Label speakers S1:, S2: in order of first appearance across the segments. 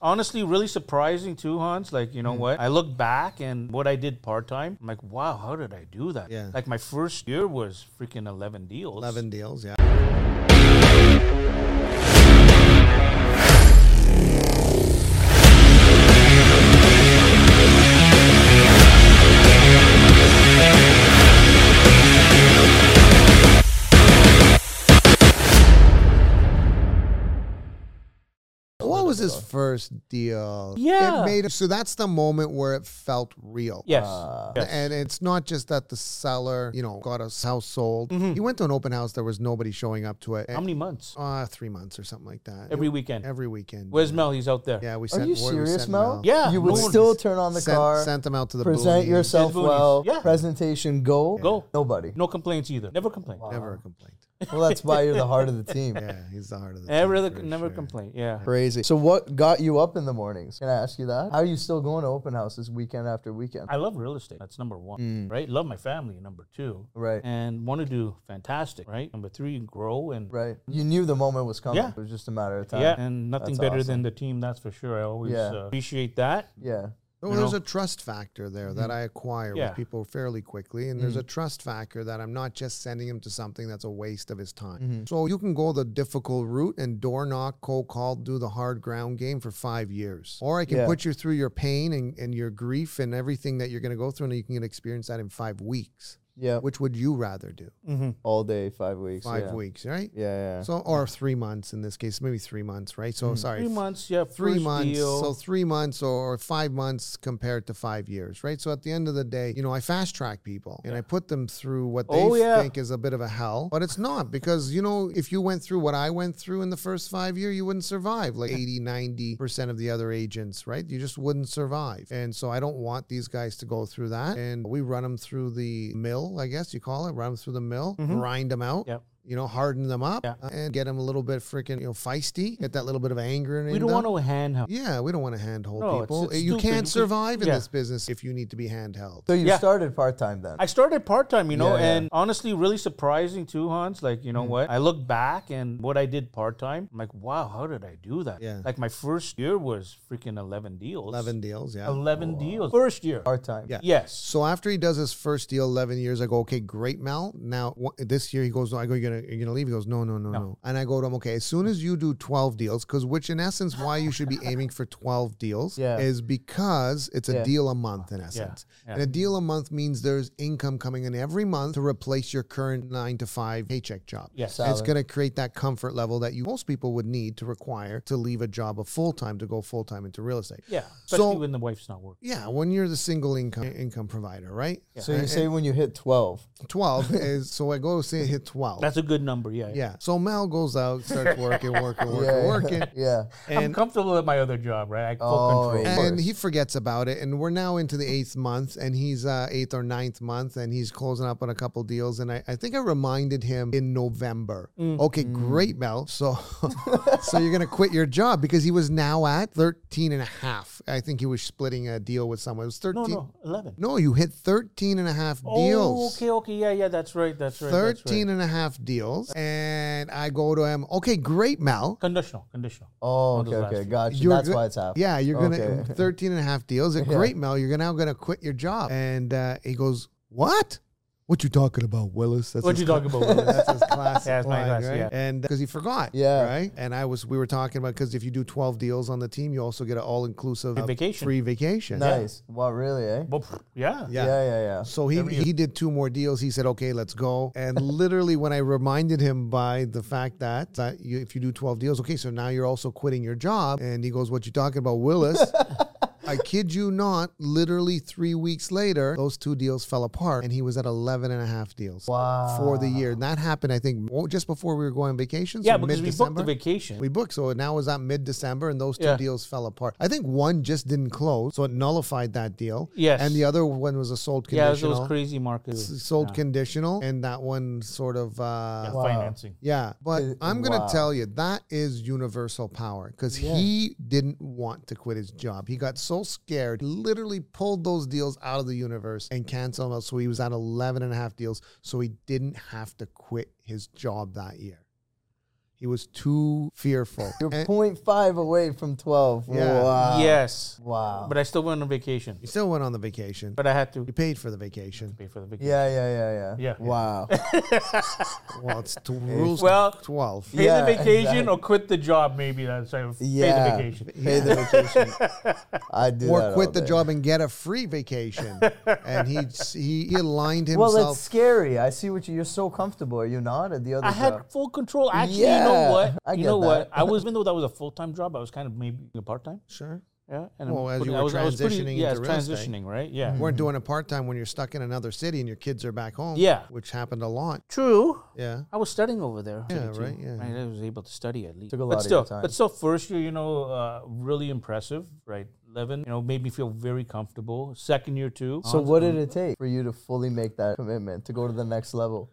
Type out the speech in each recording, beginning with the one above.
S1: honestly really surprising too, Hans. Like, you know what? I look back and what I did part time, I'm like, wow, how did I do that?
S2: Yeah.
S1: Like my first year was freaking eleven deals.
S2: 11 deals, yeah. What was his first deal?
S1: Yeah.
S2: It made so that's the moment where it felt real.
S1: Yes. yes.
S2: And it's not just that the seller, you know, got his house sold. He went to an open house. There was nobody showing up to it.
S1: Mm-hmm. How many months?
S2: Uh, three months or something like that.
S1: Every weekend.
S2: Every weekend.
S1: Where's Mel? He's out there.
S2: yeah, we
S3: Are
S2: sent.
S3: you
S2: we
S3: serious,
S2: sent
S3: Mel?
S1: Yeah,
S3: You would
S1: no one-
S3: still turn on the
S2: sent,
S3: car,
S2: sent them out to the
S3: present
S2: boonies.
S3: yourself
S1: Did boonies.
S3: well,
S1: Yeah.
S3: presentation go.
S1: Go.
S3: Nobody.
S1: No complaints either. Never complained.
S2: Never a complaint.
S3: Well, that's why you're the heart of the team.
S2: Yeah, he's the heart of the.
S1: Never,
S2: team, for
S1: never
S2: sure.
S1: complained. Yeah.
S3: Crazy. So, what got you up in the mornings? Can I ask you that? How are you still going to open houses weekend after weekend?
S1: I love real estate. That's number one, right? Love my family, number two,
S3: Right.
S1: And want to do fantastic, right? Number three, grow and
S3: Right. You knew the moment was coming.
S1: Yeah.
S3: It was just a matter of time.
S1: yeah, and nothing
S3: That's
S1: better
S3: awesome.
S1: than the team. That's for sure. I always
S3: Yeah.
S1: uh, appreciate that.
S3: Yeah.
S2: Well,
S1: You
S2: there's
S1: know? Mm-hmm.
S2: a trust factor there that I acquire
S1: Yeah. Mm.
S2: with people fairly quickly, and there's a trust factor that I'm not just sending him to something that's a waste of his time.
S1: Mm-hmm.
S2: So you can go the difficult route and door knock, cold call, do the hard ground game for five years, or I can
S3: Yeah.
S2: put you through your pain and, and your grief and everything that you're going to go through, and you can experience that in five weeks.
S3: Yeah.
S2: Which would you rather do?
S1: Mm.
S3: All day, five weeks.
S2: Five
S3: yeah.
S2: weeks, right?
S3: Yeah. yeah.
S2: So, or three months in this case, maybe three months, right? So, sorry,
S1: Mm. Three months, yeah.
S2: three
S1: first
S2: months
S1: deal.
S2: so three months or five months compared to five years right so at the end of the day you know i fast track people and i put them through what they
S1: Oh,
S2: f-
S1: yeah.
S2: think is a bit of a hell but it's not because you know if you went through what i went through in the first five year you wouldn't survive like 80 90 percent of the other agents right you just wouldn't survive and so i don't want these guys to go through that and we run them through the mill i guess you call it run them through the mill grind them out
S1: Yep.
S2: You know, harden them up
S1: Mm-hmm. Yeah.
S2: uh, and get them a little bit freaking, you know, feisty. Get that little bit of anger in
S1: we don't
S2: them.
S1: want to handheld.
S2: Yeah, we don't want to handhold
S1: No, it's-
S2: people.
S1: it's
S2: you
S1: stupid. We-
S2: can't survive in
S1: yeah.
S2: this business if you need to be handheld.
S3: So you
S1: Yeah.
S3: started part time then.
S1: I started part time, you know,
S3: Yeah, yeah.
S1: and honestly, really surprising too, Hans. Like, you know what? I look back and what I did part time, I'm like, wow, how did I do that?
S2: Yeah.
S1: Like my first year was freaking eleven deals.
S2: 11 deals, yeah.
S1: 11 deals. First year.
S3: part time.
S2: Yeah.
S1: Yes.
S2: So after he does his first deal 11 years, I go, okay, great, Mel. Now, wha- this year he goes, I go, you're going you're gonna leave? He goes, no, no, no, no, And I go to him, okay, as soon as you do 12 deals, because which in essence, why you should be aiming for 12 deals
S3: Yeah.
S2: is because it's a
S3: Yeah.
S2: deal a month in essence.
S1: yeah.
S2: And a deal a month means there's income coming in every month to replace your current nine to five paycheck job.
S1: Yes.
S2: And It's
S3: Solid.
S2: going to create that comfort level that you most people would need to require to leave a job of full time to go full time into real estate.
S1: Yeah. Especially
S2: So
S1: when the wife's not working.
S2: yeah, when you're the single income income provider, right?
S3: So you say when you hit twelve.
S2: Twelve is so I go say hit twelve.
S1: That's a good number. Yeah.
S2: yeah. So Mel goes out, starts working, working, working,
S3: yeah.
S2: working.
S3: yeah.
S1: I'm comfortable at my other job, right? I full
S3: Oh,
S1: control.
S3: yeah. Of
S2: and
S3: course.
S2: he forgets about it and we're now into the eighth month and he's uh, eighth or ninth month and he's closing up on a couple deals and I, I think i reminded him in november
S1: Mm.
S2: okay great mel so so you're gonna quit your job because he was now at 13 and a half i think he was splitting a deal with someone it was 13
S1: No, no, 11.
S2: No, you hit 13 and a half deals
S1: Oh, okay, okay. Yeah, yeah, that's right. That's right. that's right.
S2: 13 and a half deals and i go to him okay great mel
S1: Conditional, conditional.
S3: Oh,
S1: those
S3: okay,
S1: last
S3: okay,
S1: few.
S3: gotcha.
S2: You're
S3: That's
S2: go-
S3: why it's happening.
S2: Yeah, you're gonna
S3: Okay.
S2: 13 and a half deals. And Great, Mel, you're now gonna quit your job. And uh, he goes, What? What you talking about, Willis? That's
S1: What
S2: his
S1: you talking about? Willis?
S2: That's his classic
S1: Yeah, it's my
S2: line,
S1: classic,
S2: right?
S1: yeah.
S2: And because he forgot,
S3: Yeah.
S2: right. And I was, we were talking about because if you do twelve deals on the team, you also get an all-inclusive uh,
S1: vacation.
S2: free vacation.
S3: Nice. Wow, really, eh?
S1: Well, pff, yeah.
S2: Yeah.
S3: Yeah, yeah, yeah.
S2: So he he did two more deals. He said, "Okay, let's go." And literally, when I reminded him by the fact that, that you, if you do twelve deals, okay, so now you're also quitting your job. And he goes, "What you talking about, Willis?" I kid you not. Literally three weeks later, those two deals fell apart, and he was at 11 and a half deals
S3: Wow.
S2: for the year. And that happened, I think, mo- just before we were going on vacation. so
S1: Yeah, because we booked
S2: mid-December.
S1: the vacation.
S2: We booked, so it now was at mid December, and those two
S1: Yeah.
S2: deals fell apart. I think one just didn't close, so it nullified that deal.
S1: Yes.
S2: and the other one was a sold
S1: yeah, it was
S2: conditional.
S1: those crazy markets.
S2: s- sold conditional, and that one sort of. Uh, yeah.
S1: Financing.
S2: but
S3: Uh,
S2: I'm gonna
S3: wow.
S2: tell you that is universal power because he didn't want to quit his job. He got so scared, literally pulled those deals out of the universe and canceled them. out. So he was at 11 and a half deals, so he didn't have to quit his job that year. He was too fearful.
S3: You're
S2: And
S3: 0.5 away from 12.
S2: Eh. Yeah.
S3: Wow.
S1: yes.
S3: Wow.
S1: But I still went on vacation.
S2: he still went on the vacation.
S1: But I had to
S2: You paid for the vacation.
S1: pay for the vacation.
S3: Yeah, yeah, yeah, yeah.
S1: Yeah.
S3: Wow.
S2: Well, it's t- rules
S1: Well-
S2: 12.
S1: Pay
S3: Yeah,
S1: the vacation
S3: exactly.
S1: or quit the job, maybe. That's how
S3: yeah.
S1: Pay the vacation.
S3: Pay the vacation. I do that
S2: Or
S3: all
S2: quit the
S3: day.
S2: job and get a free vacation. and he, he he aligned himself.
S3: Well, it's scary. I see what you, you're so comfortable. Are you not at the other
S1: I
S3: job?
S1: had full control. Actually, you
S3: Yeah,
S1: know what?
S3: I
S1: you
S3: get
S1: know
S3: that.
S1: what? I was, even though that was a full time job, I was kind of maybe a part time.
S2: sure.
S1: Yeah. And
S2: Well, as
S1: pretty-
S2: you
S1: I
S2: were
S1: was, I was pretty,
S2: transitioning
S1: yeah, I
S2: into
S1: was
S2: real estate.
S1: transitioning, right? Yeah.
S2: You weren't doing it part time when you're stuck in another city and your kids are back home.
S1: Yeah.
S2: Which happened a lot.
S1: True.
S2: Yeah.
S1: I was studying over there.
S2: Yeah,
S1: Too.
S2: right, yeah.
S1: I was able to study at least.
S3: Took a lot
S1: but
S3: of
S1: still,
S3: your time.
S1: but still, first year, you know, uh, really impressive, right? Eleven, you know, made me feel very comfortable. Second year too.
S3: So what did it take for you to fully make that commitment to go to the next level?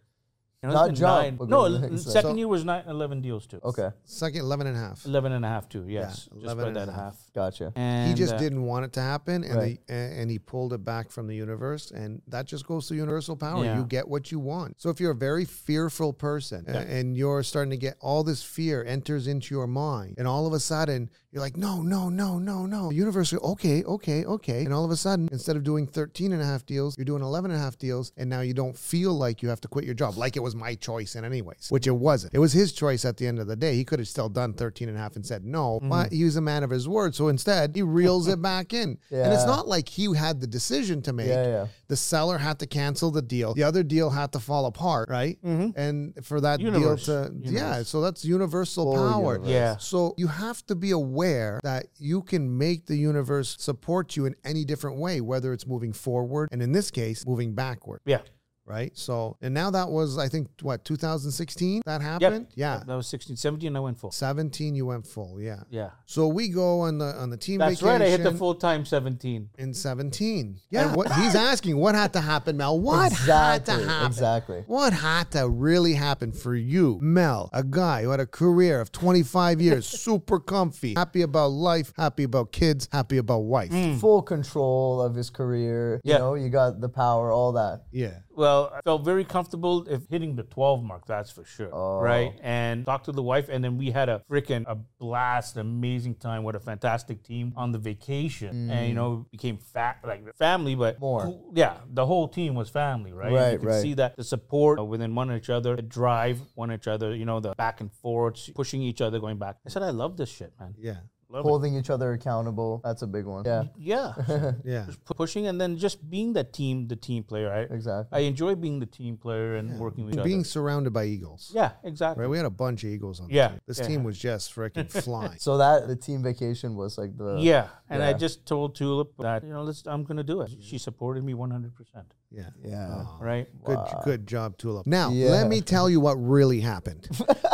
S1: You know,
S3: not
S1: it's been
S3: jump,
S1: nine-
S3: but
S1: No,
S3: go to the
S1: l-
S3: next
S1: second
S2: level.
S1: year was nine, 11 deals too.
S3: Okay,
S2: 2nd 11 and a half.
S1: 11 and a half too. Yes, just
S2: 11
S1: by
S2: and a
S1: that
S2: half.
S1: half.
S3: gotcha.
S1: And
S2: he just
S1: uh,
S2: didn't want it to happen and
S3: Right.
S2: the, and and he pulled it back from the universe and that just goes to universal power
S1: Yeah.
S2: you get what you want so if you're a very fearful person a- and you're starting to get all this fear enters into your mind and all of a sudden you're like no no no no no the universe okay okay okay and all of a sudden instead of doing 13 and a half deals you're doing 11 and a half deals and now you don't feel like you have to quit your job like it was my choice in anyways which it wasn't it was his choice at the end of the day he could have still done 13 and a half and said no but he was a man of his word so instead he reels it back in and it's
S3: Yeah.
S2: not like he had the decision to make
S3: Yeah, yeah.
S2: the seller had to cancel the deal the other deal had to fall apart right
S3: Mm-hmm.
S2: and for that
S1: Universe.
S2: deal to yeah
S1: Universe.
S2: so that's universal
S3: Full
S2: power
S3: universe.
S1: Yeah.
S2: so you have to be aware that you can make the universe support you in any different way, whether it's moving forward and in this case, moving backward,
S1: Yeah.
S2: right? So, and now that was, I think, what, 2016 that happened? Yeah.
S1: That was 16, 17, I went full.
S2: 17, you went full. Yeah.
S1: Yeah.
S2: So we go on the on the team
S1: That's
S2: vacation
S1: right. I hit the full time 17.
S2: in 17. Yeah. what, he's asking, what had to happen, Mel? What had to happen?
S3: Exactly.
S2: What had to really happen for you, Mel, a guy who had a career of 25 years, super comfy, happy about life, happy about kids, happy about wife?
S3: Full control of his career. You
S1: Yeah.
S3: know, you got the power, all that.
S2: Yeah.
S1: Well, I felt very comfortable if hitting the 12 mark, that's for sure.
S3: Oh.
S1: Right. And talked to the wife, and then we had a freaking a blast, amazing time. What a fantastic team on the vacation. And, you know, became fat, like family, but
S3: Mm. More.
S1: who- Yeah. The whole team was family, right?
S3: Right,
S1: You could
S3: right.
S1: see that the support uh, within one each other, the drive one each other, you know, the back and forths, pushing each other, going back. I said, I love this shit, man.
S2: Yeah.
S1: Love it.
S3: Holding each other accountable. That's a big one. Yeah,
S1: Yeah.
S2: Yeah.
S1: pu- pushing and then just being that team, the team player. I,
S3: exactly.
S1: I enjoy being the team player and working with each
S2: Being
S1: other.
S2: surrounded by eagles.
S1: Yeah, exactly.
S2: Right? We had a bunch of eagles on
S1: Yeah.
S2: the team. This
S1: Yeah.
S2: team was just freaking flying.
S3: So that the team vacation was like the
S1: Yeah, and I
S3: Yeah.
S1: just told Tulip that you know, let's I'm gonna do it. She supported me 100, percent
S2: Yeah.
S3: yeah.
S1: right?
S2: Good, good job, Tulip. Now,
S3: Yeah.
S2: let me tell you what really happened.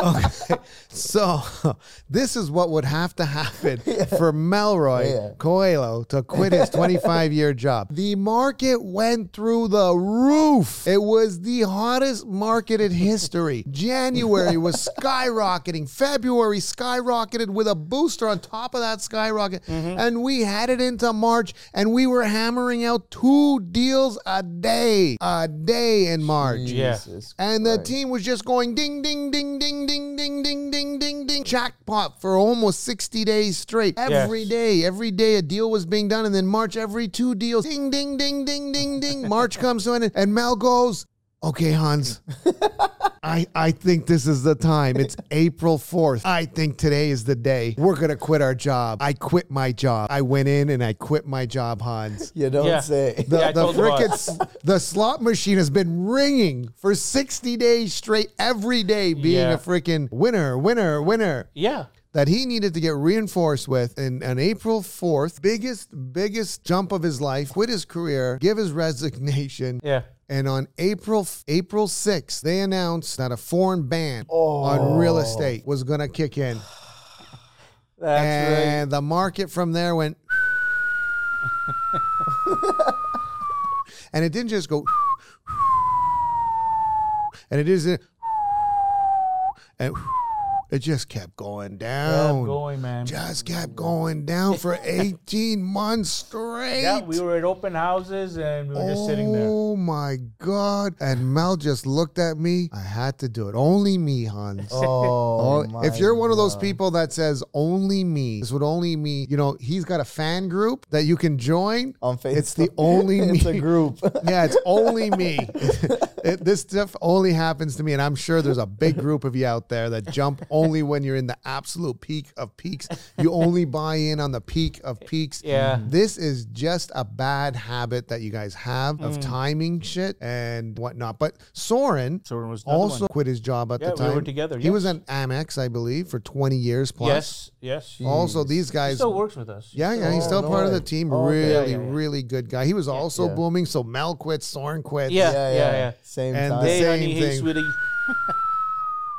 S2: okay. So, this is what would have to happen for Melroy
S3: Yeah.
S2: Coelho to quit his 25 year job. The market went through the roof. It was the hottest market in history. January was skyrocketing, February skyrocketed with a booster on top of that skyrocket. And we headed into March and we were hammering out two deals a day, a day in March.
S1: Yeah.
S3: Jesus
S2: And the
S3: Christ.
S2: team was just going ding, ding, ding, ding, ding, ding, ding, ding, ding, ding. Jackpot for almost 60 days straight. Every
S1: Yes.
S2: day, every day a deal was being done. And then March, every two deals. Ding, ding, ding, ding, ding, ding. March comes to an end. And Mel goes, okay, Hans. I, I think this is the time. It's April 4th. I think today is the day. We're going to quit our job. I quit my job. I went in and I quit my job, Hans.
S3: You don't
S1: Yeah.
S3: say.
S2: The,
S1: Yeah, I
S2: the
S1: told the boss.
S2: frickin' s- the slot machine has been ringing for 60 days straight, every day being
S1: Yeah.
S2: a freaking winner, winner, winner
S1: Yeah,
S2: that he needed to get reinforced with. And on April 4th, biggest, biggest jump of his life, quit his career, give his resignation.
S1: yeah.
S2: And on April April 6th, they announced that a foreign ban on real
S1: Oh.
S2: estate was going to kick in.
S1: That's right.
S2: and the market from there went. and it didn't just go. and it isn't. And It just kept going down.
S1: going, man.
S2: Just kept going down for 18 months straight.
S1: Yeah, we were at open houses and we were just sitting there.
S2: Oh my God. And Mel just looked at me. I had to do it. Only me, Hans.
S3: Oh,
S2: Oh,
S3: my
S2: if you're one of those
S3: God.
S2: people that says only me, this would only me, you know, he's got a fan group that you can join.
S3: on Facebook,
S2: It's the only me.
S3: it's a group.
S2: yeah, it's only me. It- this stuff only happens to me, and I'm sure there's a big group of you out there that jump only when you're in the absolute peak of peaks. You only buy in on the peak of peaks.
S1: Yeah.
S2: this is just a bad habit that you guys have
S1: Mm.
S2: of timing shit and whatnot. But Soren.
S1: So it was another
S2: Also
S1: one.
S2: quit his job at
S1: Yeah,
S2: the
S1: we
S2: time.
S1: were together,
S2: He
S1: yes.
S2: was an Amex, I believe, for 20 years plus.
S1: yes, yes. He
S2: Also, these guys
S1: still works with us.
S2: yeah, yeah, he's
S3: Oh,
S2: still
S3: no
S2: part of
S3: way.
S2: the team.
S3: Oh, okay.
S2: really,
S1: Yeah, yeah, yeah.
S2: really good guy. He was also
S3: Yeah.
S2: booming. So Mel quit, Soren quit.
S1: Yeah,
S3: yeah,
S1: yeah,
S3: yeah,
S1: yeah.
S3: Same
S2: And
S3: time.
S2: they-
S1: Hey,
S2: Same
S1: honey, hey,
S2: thing.
S1: sweetie.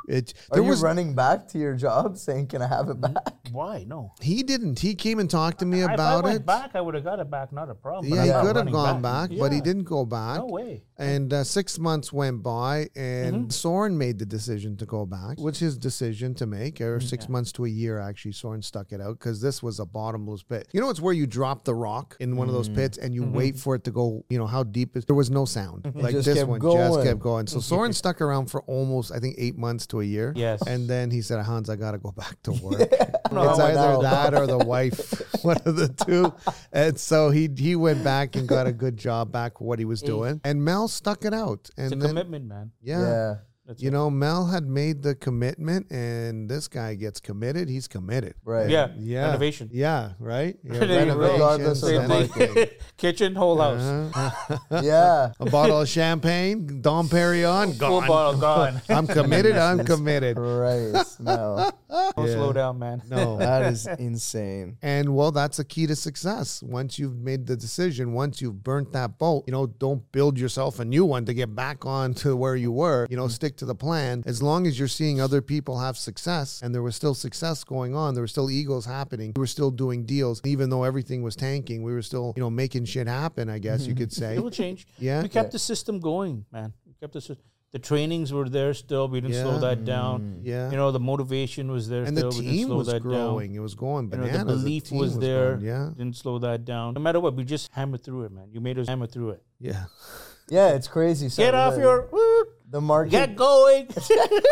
S2: It,
S3: Are
S2: there
S3: you
S2: was
S3: running back to your job saying, "Can I have it back?"
S1: Why? No.
S2: he didn't. He came and talked to me
S1: If
S2: about
S1: I went
S2: it.
S1: back, I would have got it back. Not a problem. but
S2: yeah,
S1: I'm
S2: he
S3: not
S2: could have
S1: running
S2: gone back, but he
S1: Yeah.
S2: didn't go back.
S1: No way.
S2: And uh, six months went by, and Soren made the decision to go back, which his decision to make, or six months to a year, actually. Soren stuck it out because this was a bottomless pit. You know, it's where you drop the rock in one of those pits and you wait for it to go, you know, how deep is there was no sound. Like
S3: just
S2: this
S3: kept
S2: one just
S3: going.
S2: kept going. So Soren stuck around for almost, I think, eight months to a year.
S1: Yes.
S2: And then he said, Hans, I got to go back to work.
S1: No,
S2: It's
S1: I
S2: either
S1: went out.
S2: that or the wife, one of the two. And so he he went back and got a good job back for what he was doing. And Mel stuck it out. And
S1: Mm. It's a
S2: then
S1: commitment, man.
S2: yeah.
S3: yeah.
S2: You know, Mel had made the commitment and this guy gets committed, he's committed.
S3: Right.
S1: Yeah.
S2: Yeah.
S1: Renovation.
S2: Yeah, right. Yeah,
S1: There you go.
S2: renovations
S3: Regardless of the
S2: and- uh,
S1: Same thing. Kitchen, whole
S2: Uh-huh.
S1: house.
S3: Yeah.
S2: A bottle of champagne, Dom Perignon,
S1: Full
S2: gone.
S1: bottle gone.
S2: I'm committed, I'm committed.
S3: Christ, no.
S1: Don't
S2: Yeah.
S1: slow down, man.
S2: No.
S3: That is insane.
S2: And well, that's a key to success. Once you've made the decision, once you've burnt that boat, you know, don't build yourself a new one to get back on to where you were.
S1: Mm-hmm.
S2: You know, stick to the plan. As long as you're seeing other people have success and there was still success going on, there were still egos happening, we were still doing deals, even though everything was tanking, we were still, you know, making shit happen, I guess you could say.
S1: It will change.
S2: Yeah.
S1: We kept the system going, man. We kept the sys- the trainings were there still. We didn't
S2: Yeah.
S1: slow that down.
S2: Yeah.
S1: You know, the motivation was there
S2: And the
S1: still. we didn't
S2: team
S1: slow
S2: was
S1: that down.
S2: growing. It was going
S1: You know,
S2: bananas.
S1: the belief
S2: team
S1: was, there.
S2: going, Yeah.
S1: Didn't slow that down. No matter what, we just hammered through it, man. You made us hammer through it.
S2: Yeah.
S3: Yeah, it's crazy. So
S1: Get off
S3: the-
S1: your woot,
S3: the market.
S1: get going.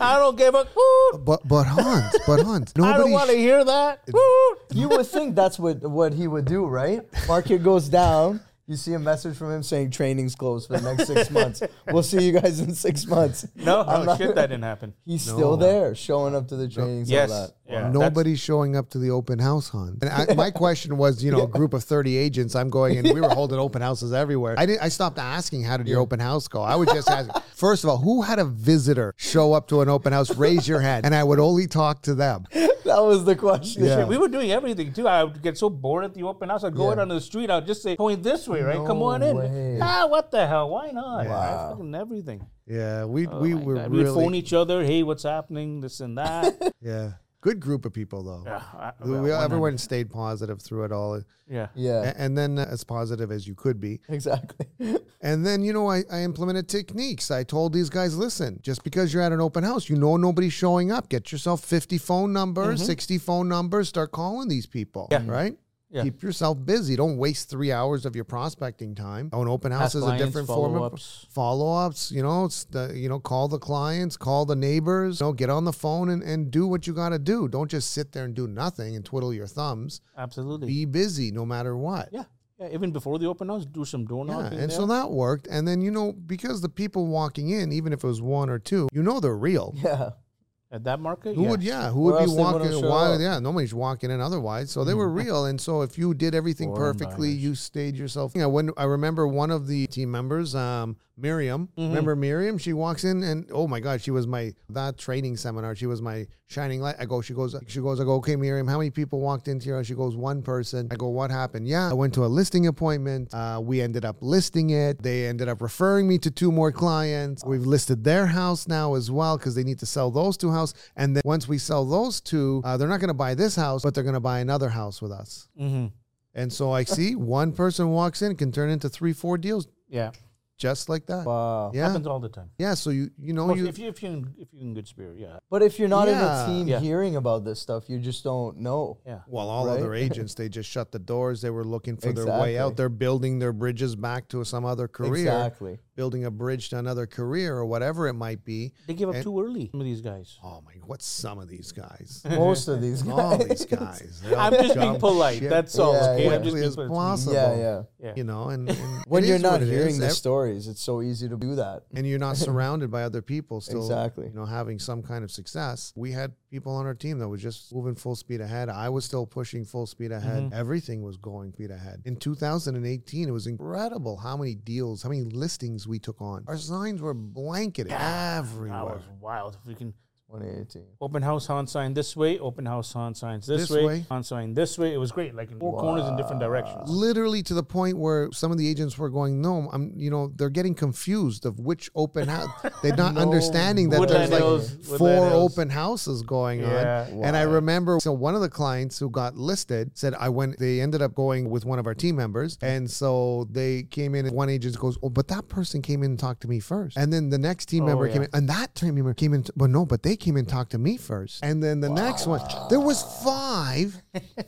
S1: I don't give a woot.
S2: But but Hans, but Hans, nobody
S1: I don't want to hear that. Woot.
S3: you would think that's what what he would do, right? Market goes down. You see a message from him saying training's closed for the next six months. We'll see you guys in six months.
S1: No,
S3: I'm
S1: no
S3: not-
S1: shit, that didn't happen.
S3: He's still there, showing up to the trainings.
S1: Yes.
S3: all that.
S1: Yeah, that's-
S2: Nobody's showing up to the open house hunt. And I, my question was, you know, a group of 30 agents, I'm going and we were holding open houses everywhere. I didn't, I stopped asking, how did your open house go? I would just ask, first of all, who had a visitor show up to an open house? Raise your hand. And I would only talk to them.
S3: That was the question.
S2: Yeah.
S1: We were doing everything too. I would get so bored at the open house. I'd go
S3: Yeah.
S1: out onto the street. I'd just say, point this way, right? Come
S3: No
S1: on in.
S3: way.
S1: Ah, what the hell? Why not?
S3: Wow.
S1: I fucking everything.
S2: Yeah. We,
S1: Oh
S2: we
S1: my
S2: were
S1: God. We'd
S2: really,
S1: phone each other. Hey, what's happening? This and that.
S2: yeah. Good group of people though.
S1: yeah, I-
S2: We-
S1: well,
S2: we-
S1: one
S2: everyone
S1: hundred.
S2: stayed positive through it all.
S1: Yeah.
S2: A-
S3: Yeah,
S2: And then uh, as positive as you could be.
S3: exactly.
S2: And then, you know, I, I implemented techniques. I told these guys, listen, just because you're at an open house, you know nobody's showing up. Get yourself 50 phone numbers, 60 phone numbers, start calling these people,
S1: Mm-hmm. Yeah. Mm-hmm.
S2: right?
S1: Yeah.
S2: Keep yourself busy. Don't waste three hours of your prospecting time. An open house
S1: Past
S2: is
S1: clients,
S2: a different form of
S1: follow-ups.
S2: follow ups. You know, it's the you know, call the clients, call the neighbors. You know, get on the phone and, and do what you got to do. Don't just sit there and do nothing and twiddle your thumbs.
S1: Absolutely.
S2: Be busy, no matter what.
S1: yeah. Yeah. Even before the open house, do some door
S2: Yeah,
S1: knocking.
S2: and
S1: there.
S2: so that worked. And then you know, because the people walking in, even if it was one or two, you know they're real.
S3: Yeah,
S1: at that market,
S2: Who
S1: yeah.
S2: would yeah? Who
S3: Or
S2: would be
S3: else they wouldn't
S2: walking?
S3: show
S2: Why,
S3: up. Hmm.
S2: yeah, nobody's walking in otherwise. So they were real. And so if you did everything
S1: Foreign
S2: perfectly,
S1: buyers.
S2: you stayed yourself. Yeah, when I remember one of the team members, um, Miriam. Remember Miriam? She walks in and oh my god, she was my that training seminar. She was my shining light. I go. She goes. She goes. I go. Okay, Miriam, how many people walked into here? She goes, one person. I go, what happened? Yeah, I went to a listing appointment. Uh, we ended up listing it. They ended up referring me to two more clients. We've listed their house now as well because they need to sell those two houses. And then once we sell those two, uh, they're not going to buy this house, but they're going to buy another house with us.
S1: Mhm.
S2: And so I see one person walks in can turn into three, four deals.
S1: Yeah.
S2: just like that.
S3: Wow.
S2: Yeah.
S1: Happens all the time.
S2: Yeah. So you you know
S1: Well,
S2: you
S1: if you if you in- if you're in good spirit, yeah,
S3: But if you're not
S2: Yeah.
S3: in the team
S1: Yeah.
S3: hearing about this stuff, you just don't know.
S1: yeah.
S2: Well, all
S3: Right?
S2: other agents, they just shut the doors. They were looking for their
S3: Exactly.
S2: way out. They're building their bridges back to some other career,
S3: Exactly.
S2: building a bridge to another career or whatever it might be.
S1: They give up
S2: And-
S1: too early. Some of these guys.
S2: Oh my! What's some of these guys?
S3: Most of these guys.
S2: all these guys. They'll
S1: I'm just being
S2: jump
S1: polite.
S2: ship
S1: That's all.
S3: Yeah,
S1: okay,
S3: yeah.
S1: I'm just
S2: quickly
S1: being
S2: as
S1: polite.
S2: possible.
S3: Yeah, yeah.
S1: Yeah.
S2: You know, and, and
S3: When
S2: it
S3: you're
S2: is
S3: not
S2: what it
S3: hearing
S2: is.
S3: the
S2: Ev-
S3: stories, it's so easy to do that.
S2: and you're not surrounded by other people still
S3: Exactly.
S2: you know having some kind of success we had people on our team that was just moving full speed ahead i was still pushing full speed ahead everything was going speed ahead in 2018 it was incredible how many deals how many listings we took on our signs were blanketed
S1: That
S2: everywhere
S1: was wild. If we can
S3: 2018.
S1: open house han sign this way, open house han signs this,
S2: This
S1: way,
S2: way.
S1: han sign this way. It was great. Like in four corners in different directions.
S2: literally to the point where some of the agents were going no i'm you know they're getting confused of which open house they're not understanding that
S1: Woodland
S2: there's like
S1: Hills,
S2: four
S1: Woodland Hills.
S2: open houses going
S1: Yeah.
S2: on and i remember so one of the clients who got listed said i went they ended up going with one of our team members and so they came in and one agent goes oh but that person came in and talked to me first and then the next team member came
S1: yeah.
S2: in and that team member came in but no but they came in and talked to me first and then the next one there was five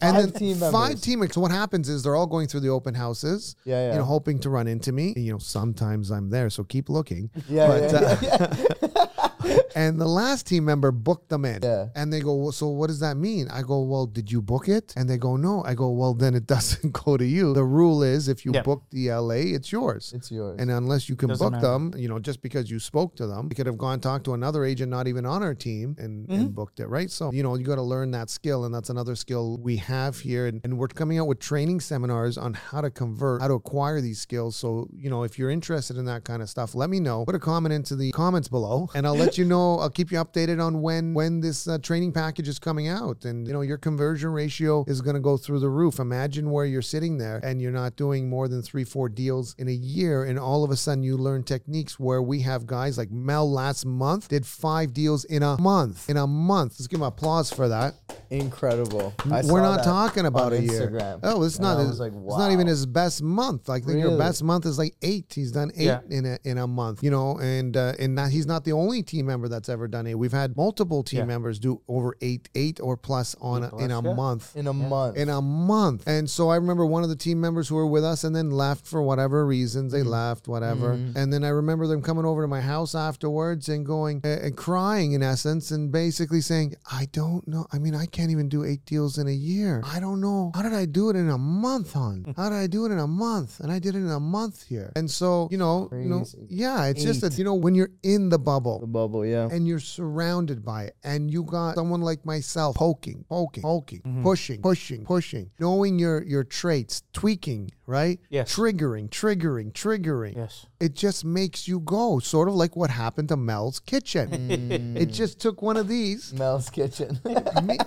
S2: and then
S3: Five team members.
S2: five teammates. So what happens is they're all going through the open houses,
S3: Yeah, yeah.
S2: you know, hoping to run into me. You know, sometimes I'm there, so keep looking.
S3: Yeah,
S2: But,
S3: yeah,
S2: uh, and the last team member booked them in,
S3: Yeah.
S2: and they go, well, "So what does that mean?" I go, "Well, did you book it?" And they go, "No." I go, "Well, then it doesn't go to you. The rule is if you
S1: Yeah.
S2: book the LA, it's yours."
S3: It's yours.
S2: and unless you can
S1: Doesn't
S2: book
S1: matter.
S2: them, you know, just because you spoke to them, you could have gone talk to another agent, not even on our team, and,
S1: Mm-hmm.
S2: and booked it, right? So, you know, you got to learn that skill. And that's another skill we have here. And, and we're coming out with training seminars on how to convert, how to acquire these skills. So, you know, if you're interested in that kind of stuff, let me know. Put a comment into the comments below, and I'll let you know. I'll keep you updated on when when this uh, training package is coming out. And, you know, your conversion ratio is going to go through the roof. Imagine where you're sitting there and you're not doing more than three, four deals in a year. And all of a sudden you learn techniques where we have guys like Mel last month did five deals in a month. In a month. Let's give him applause for that.
S3: Incredible. I saw
S2: We're not
S3: that
S2: talking about
S3: on
S2: a year.
S3: Instagram.
S2: Oh, it's
S3: And
S2: not.
S3: I
S2: It's,
S3: was like,
S2: it's not even
S3: wow.
S2: his best month. Like I think your
S3: Really?
S2: best month is like eight. He's done eight
S1: Yeah.
S2: in a in a month. You know, and uh, and not, he's not the only team member that's ever done it. We've had multiple team
S1: Yeah.
S2: members do over eight, eight or plus on a, in a
S1: plus, yeah.
S2: month.
S3: in a month.
S2: In a month. And so I remember one of the team members who were with us and then left for whatever reasons.
S3: Mm-hmm.
S2: They left, whatever. And then I remember them coming over to my house afterwards and going uh, and crying in essence and basically saying, I don't know. I mean, I can't even do eight deals in a year. I don't know. How did I do it in a month on? How did I do it in a month? And I did it in a month here. And so, you know, you know
S3: Crazy.
S2: yeah, it's just that, you know, when you're in the bubble,
S3: the bubble, yeah.
S2: and you're surrounded by it and you got someone like myself poking poking poking
S1: Mm-hmm.
S2: pushing pushing pushing knowing your your traits tweaking right
S1: Yes.
S2: triggering triggering triggering
S1: Yes.
S2: it just makes you go sort of like what happened to mel's kitchen
S1: Mm.
S2: it just took one of these
S3: Mel's kitchen.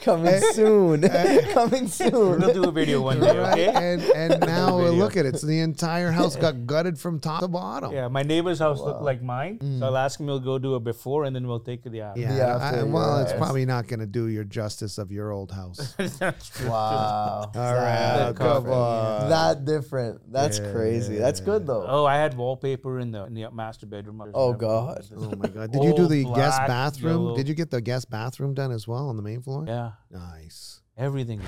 S3: Coming soon.
S2: Eh.
S3: Coming
S1: We'll
S3: soon.
S1: do a video one day, okay?
S2: and and now
S1: Video.
S2: look at it so the entire house got gutted from top to bottom
S1: Yeah, my neighbor's house looked like mine,
S3: Mm.
S1: so I'll ask him. We'll go do a before, and then we'll take the after.
S2: Yeah,
S3: Yeah, after
S2: I-
S3: you
S2: well, it's
S3: guys.
S2: probably not going to do your justice of your old house.
S3: Wow.
S2: All right,
S1: That
S2: come
S1: coffee.
S2: on.
S3: That different. That's crazy. That's good though.
S1: Oh, I had wallpaper in the in the master bedroom.
S3: Oh, God.
S2: Oh my god! Did you do
S1: Old
S2: the guest
S1: black
S2: bathroom?
S1: yellow.
S2: Did you get the guest bathroom done as well on the main floor?
S1: Yeah,
S2: Nice.
S1: everything.